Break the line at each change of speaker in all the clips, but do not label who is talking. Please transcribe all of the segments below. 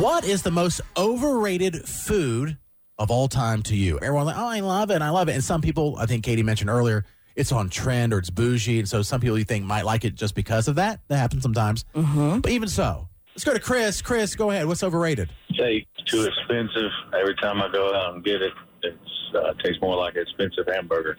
What is the most overrated food of all time to you? Everyone like, oh, I love it, I love it. And some people, I think Katie mentioned earlier, it's on trend or it's bougie, and so some people you think might like it just because of that. That happens sometimes.
Mm-hmm.
But even so, let's go to Chris. Chris, go ahead. What's overrated?
Say too expensive. Every time I go out and get it, it uh, tastes more like an expensive hamburger.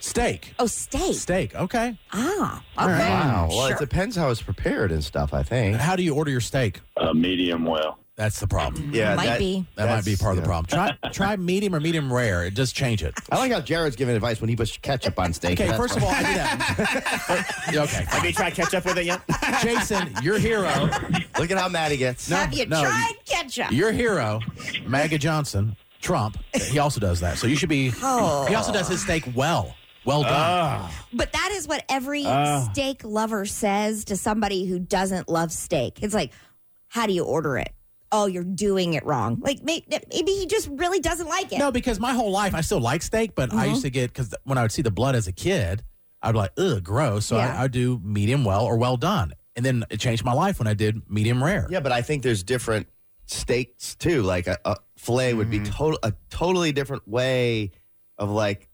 Steak.
Oh, steak.
Steak. Okay.
Ah,
All
okay.
right.
Wow. Well,
Sure.
it depends how it's prepared and stuff, I think.
How do you order your steak?
Uh, medium well.
That's the problem.
Yeah.
Might be.
That might be
that's-
part of the
yeah.
problem. Try try medium or medium rare. It just change it.
I like how Jared's giving advice when he puts ketchup on steak.
Okay,
That's
first of all, I do that. Yeah, okay.
Have you tried ketchup with it yet?
Jason, your hero,
fine. look at how mad he gets.
Have you
no,
tried ketchup?
your hero, Maggie Johnson, Trump, he also does that. So you should be.
Oh.
He also does his steak well. Well done.
Ah.
But that is what every
Uh.
steak lover says to somebody who doesn't love steak. It's like, how do you order it? Oh, you're doing it wrong. Like may- maybe he just really doesn't like it.
no, because my whole life I still like steak, but I used to get, because when I would see the blood as a kid, I'd be like, ugh, gross. So
Yeah.
I, I'd do medium well or well done. And then it changed my life when I did medium rare.
Yeah, but I think there's different steaks too. Like a, a filet would
Mm-hmm.
be total a totally different way of like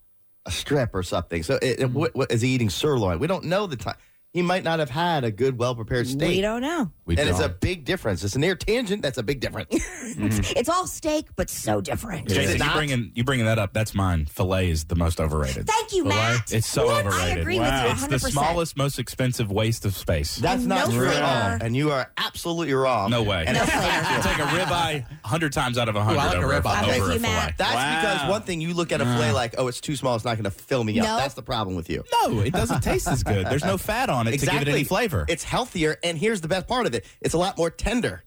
a strip or something. So it, it, what, what, is he eating sirloin? We don't know the time. He might not have had a good, well prepared steak.
we don't know.
We
and it's a
don't.
big difference. It's a near tangent. That's a big difference.
It's all steak, but so different.
it
Jason, you
not?
bringing you bringing that up? That's mine. Filet is the most overrated.
Thank you, Matt.
It's so
What?
overrated.
I agree
wow.
with
It's
you 100%.
the smallest, most expensive waste of space.
That's
And
not
no
true at all.
flavor.
And you are absolutely wrong.
no way.
And
No
it's
flavor.
factual.
Take a ribeye hundred times out of
I
hundred
like a
over,
ribeye.
I'm
over
with
a
you,
filet.
Matt.
That's because
Wow.
one thing you look at a filet like, oh, it's too small. It's not going to fill me
No.
up. That's the problem with you.
No, it doesn't taste as good. There's no fat on it to give it any flavor.
It's healthier, and here's the best part of it: it's a lot more tender.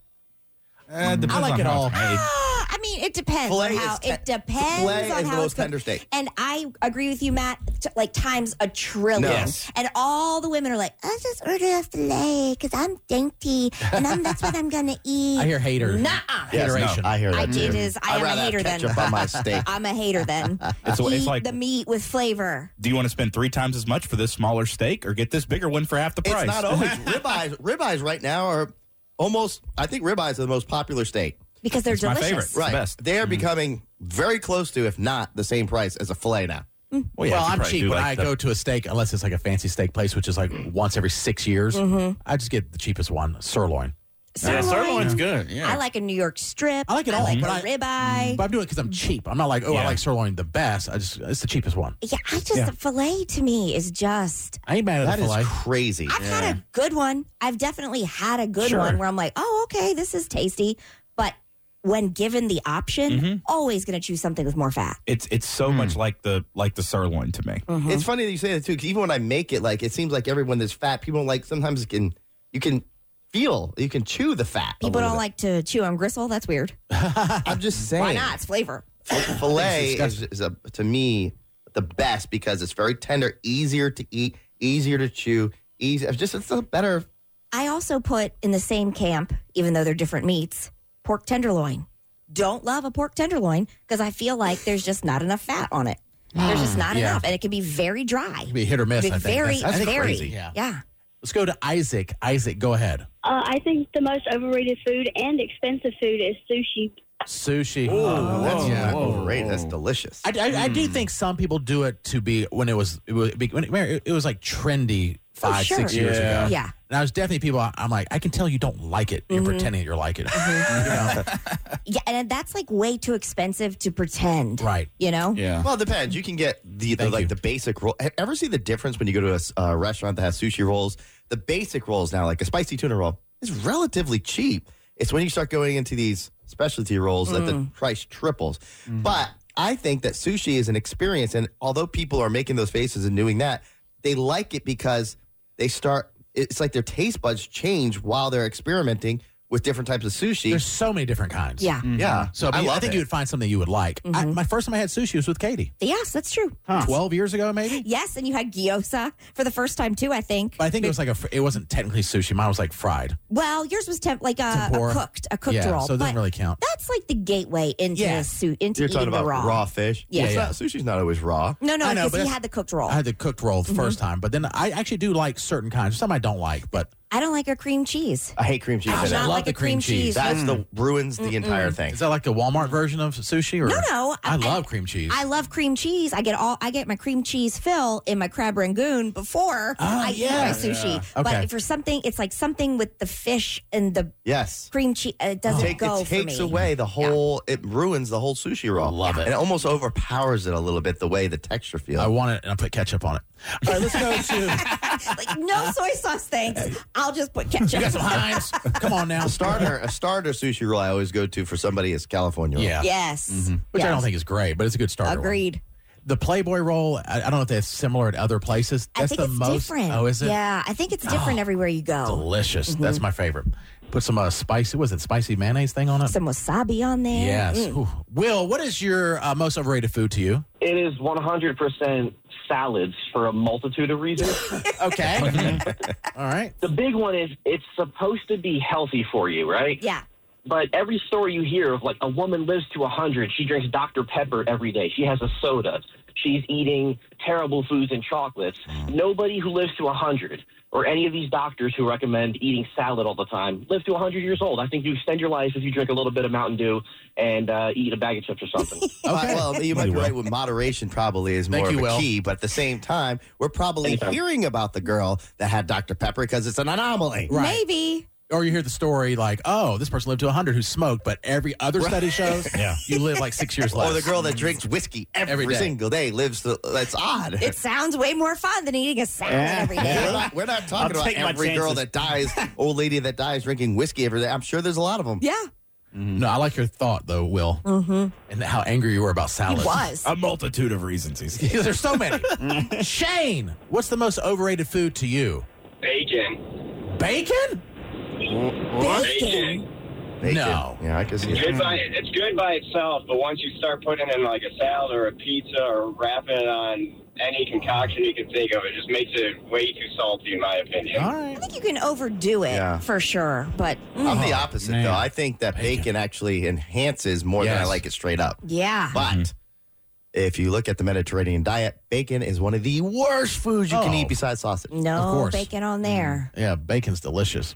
Uh, depends
I like
on
it
how
all.
it's made.
Ah, I mean, it depends.
Filet
on how,
is te-
it depends
filet
on
is the
how
most
it's cooked.
tender steak.
And I agree with you, Matt. T- like times a trillion.
Yes.
And all the women are like, I just ordered a filet because I'm dainty and I'm, that's what I'm gonna eat.
I hear hater.
Nuh
Hateration.
I hear that
I did
too.
is I
I'd
am a
rather have
hater then.
ketchup on my steak.
I'm a hater then.
It's-
Eat
it's like-
the meat with flavor.
Do you want to spend three times as much for this smaller steak, or get this bigger one for half the
It's
price?
not always ribeyes. Ribeyes right now are almost. I think ribeyes are the most popular steak.
Because they're
my
delicious.
favorite.
Right,
best. Mm.
they are becoming very close to, if not the same price as a fillet now.
Well, yeah,
well,
you
I'm
probably
cheap
do
when
like
I
the-
go to a steak, unless it's like a fancy steak place, which is like once every six years. I just get the cheapest one, sirloin.
Yeah,
Sirloin.
sirloin's good. Yeah.
I like a New York strip.
I like it all,
I
but
like a
I- Mm.
ribeye.
But I'm doing it because I'm cheap. I'm not like, oh, I
Yeah.
like sirloin the best. I just it's the cheapest one.
yeah, I just the filet to me is just
I ain't mad at
That
the
is
filet.
crazy.
I've had a good one. I've definitely had a good
Sure.
one where I'm like, oh, okay, this is tasty. But when given the option,
Mm-hmm.
always going to choose something with more fat.
It's it's so much like the like the sirloin to me.
Mm.
Mm-hmm.
It's funny that you say that too, because even when I make it, like it seems like everyone that's fat, people don't like. Sometimes it can you can feel, you can chew the fat. a
People
little
don't
bit.
like to chew on gristle. That's weird.
I'm just saying.
Why not? It's flavor.
Filet is, is a, to me the best because it's very tender, easier to eat, easier to chew, easy. It's just it's a better.
I also put in the same camp, even though they're different meats, pork tenderloin. Don't love a pork tenderloin because I feel like there's just not enough fat on it. There's just not
Ah, Yeah.
enough, and it can be very dry.
It'd be hit or miss. I think.
very,
That's- that's
very,
crazy.
yeah.
Yeah. Let's go to Isaac. Isaac, go ahead.
Uh, I think the most overrated food and expensive food is sushi.
Sushi. Oh,
that's not overrated. That's delicious.
I, I, I do think some people do it to be when it was it was, when it, it was like trendy five
sure.
six years
Yeah.
ago.
Yeah.
And I was definitely people. I- I'm like, I can tell you don't like it. You're pretending you're like it. You know?
yeah, and that's like way too expensive to pretend,
Right.
You know,
Yeah.
well, it depends. You can get the,
Uh-huh.
the
Thank
like
you.
the basic roll. e- Ever see the difference when you go to a s- uh, restaurant that has sushi rolls? The basic rolls now, like a spicy tuna roll, is relatively cheap. It's when you start going into these specialty rolls that the
Mm.
price triples.
Mm-hmm.
But I think that sushi is an experience, and although people are making those faces and doing that, they like it because they start. It's like their taste buds change while they're experimenting with different types of sushi.
There's so many different kinds.
yeah.
yeah,
So I, mean, I think you would find something you would like. I, my first time I had sushi was with Katie,
Yes, that's true.
twelve years ago maybe.
Yes, and you had gyoza for the first time too. I think.
But I think it was like a. fr- It wasn't technically sushi. Mine was like fried.
Well, yours was temp- like a, a
Tempura.
cooked, a cooked
yeah,
roll.
so it doesn't
but
really count.
That's that's like the gateway into
Yeah.
su- into
You're
eating
talking about
the raw.
raw, fish.
Yeah.
It's
Yeah,
not- sushi's not always raw.
No, no,
I know,
because
but
he
that's-
had the cooked roll.
I had the cooked roll
Mm-hmm.
1st time, but then I actually do like certain kinds. Some I don't like, but
I don't like a cream cheese.
I hate cream cheese.
Gosh,
in
I
it.
love the cream cheese.
That's
Mm.
the ruins the entire thing.
is that like the Walmart version of sushi? Or
No, no,
I,
I-
love cream cheese.
I love cream cheese. I get all I get my cream cheese fill in my crab rangoon before I eat my
Ah, yeah.
sushi.
Okay.
But for something, it's like something with the fish and the
Yes.
cream cheese. It doesn't
Take,
go
it
for
takes
me.
away the whole. It ruins the whole sushi roll. Love it, and it almost overpowers it a little bit. The way the texture feels.
I want it, and I put ketchup on it. All right, let's go to
like no soy sauce, thanks. I'll just put ketchup.
you got some Heinz. Come on now,
a starter, a starter sushi roll. I always go to for somebody is California. roll.
Yeah,
Yes.
Mm-hmm. which I
Yes.
don't think is great, but it's a good starter. one.
Agreed.
The Playboy roll, I, I don't know if that's similar at other places.
I
That's
think
the
it's
most.
different.
Oh, is it? Oh.
Yeah, I think it's different everywhere you go.
Delicious. That's my favorite. Put some uh, spicy. Was it spicy mayonnaise thing on it?
Some wasabi on there. Mm.
yes. Ooh. Will, what is your uh, most overrated food to you?
It is 100% salads for a multitude of reasons.
Okay. All right.
the big one is it's supposed to be healthy for you, right?
Yeah.
But every story you hear of like a woman lives to 100, she drinks Dr. Pepper every day, she has a soda, she's eating terrible foods and chocolates. Nobody who lives to 100 or any of these doctors who recommend eating salad all the time live to 100 years old. I think you extend your life if you drink a little bit of Mountain Dew and uh, eat a bag of chips or something.
Okay.
Well, you might be right. With moderation, probably is more
Thank
of
you,
a
Will.
key. But at the same time, we're probably hearing about the girl that had Dr Pepper because it's an anomaly.
Right.
Maybe.
Or you hear the story like, oh, this person lived to 100 who smoked, but every other study shows
Yeah.
you live like six years less.
Or the girl that drinks whiskey every,
Every day.
single day lives. The, that's odd.
It sounds way more fun than eating a salad every
We're
day.
not, we're not talking
I'll
about
take my
every girl
chances.
that dies, old lady that dies drinking whiskey every day. I'm sure there's a lot of them.
Yeah,
No, I like your thought though, Will, mm-hmm. and how angry you were about
he
salad.
was.
A multitude of reasons. He's
There's so many. Shane, what's the most overrated food to you?
Bacon.
Bacon?
Bacon.
Bacon.
No.
Yeah, I can see
Good
it.
by, it's good by itself, but once you start putting it in like a salad or a pizza or wrapping it on any concoction you can think of, it just makes it way too salty, in my opinion.
All right.
I think you can overdo it
Yeah.
for sure, but mm,
I'm the opposite,
man.
though. I think that bacon, actually enhances more than I
Yes.
like it straight up.
yeah.
But if you look at the Mediterranean diet, bacon is one of the worst foods you can
Oh.
eat besides sausage.
no
course.
bacon on there.
Yeah, bacon's delicious.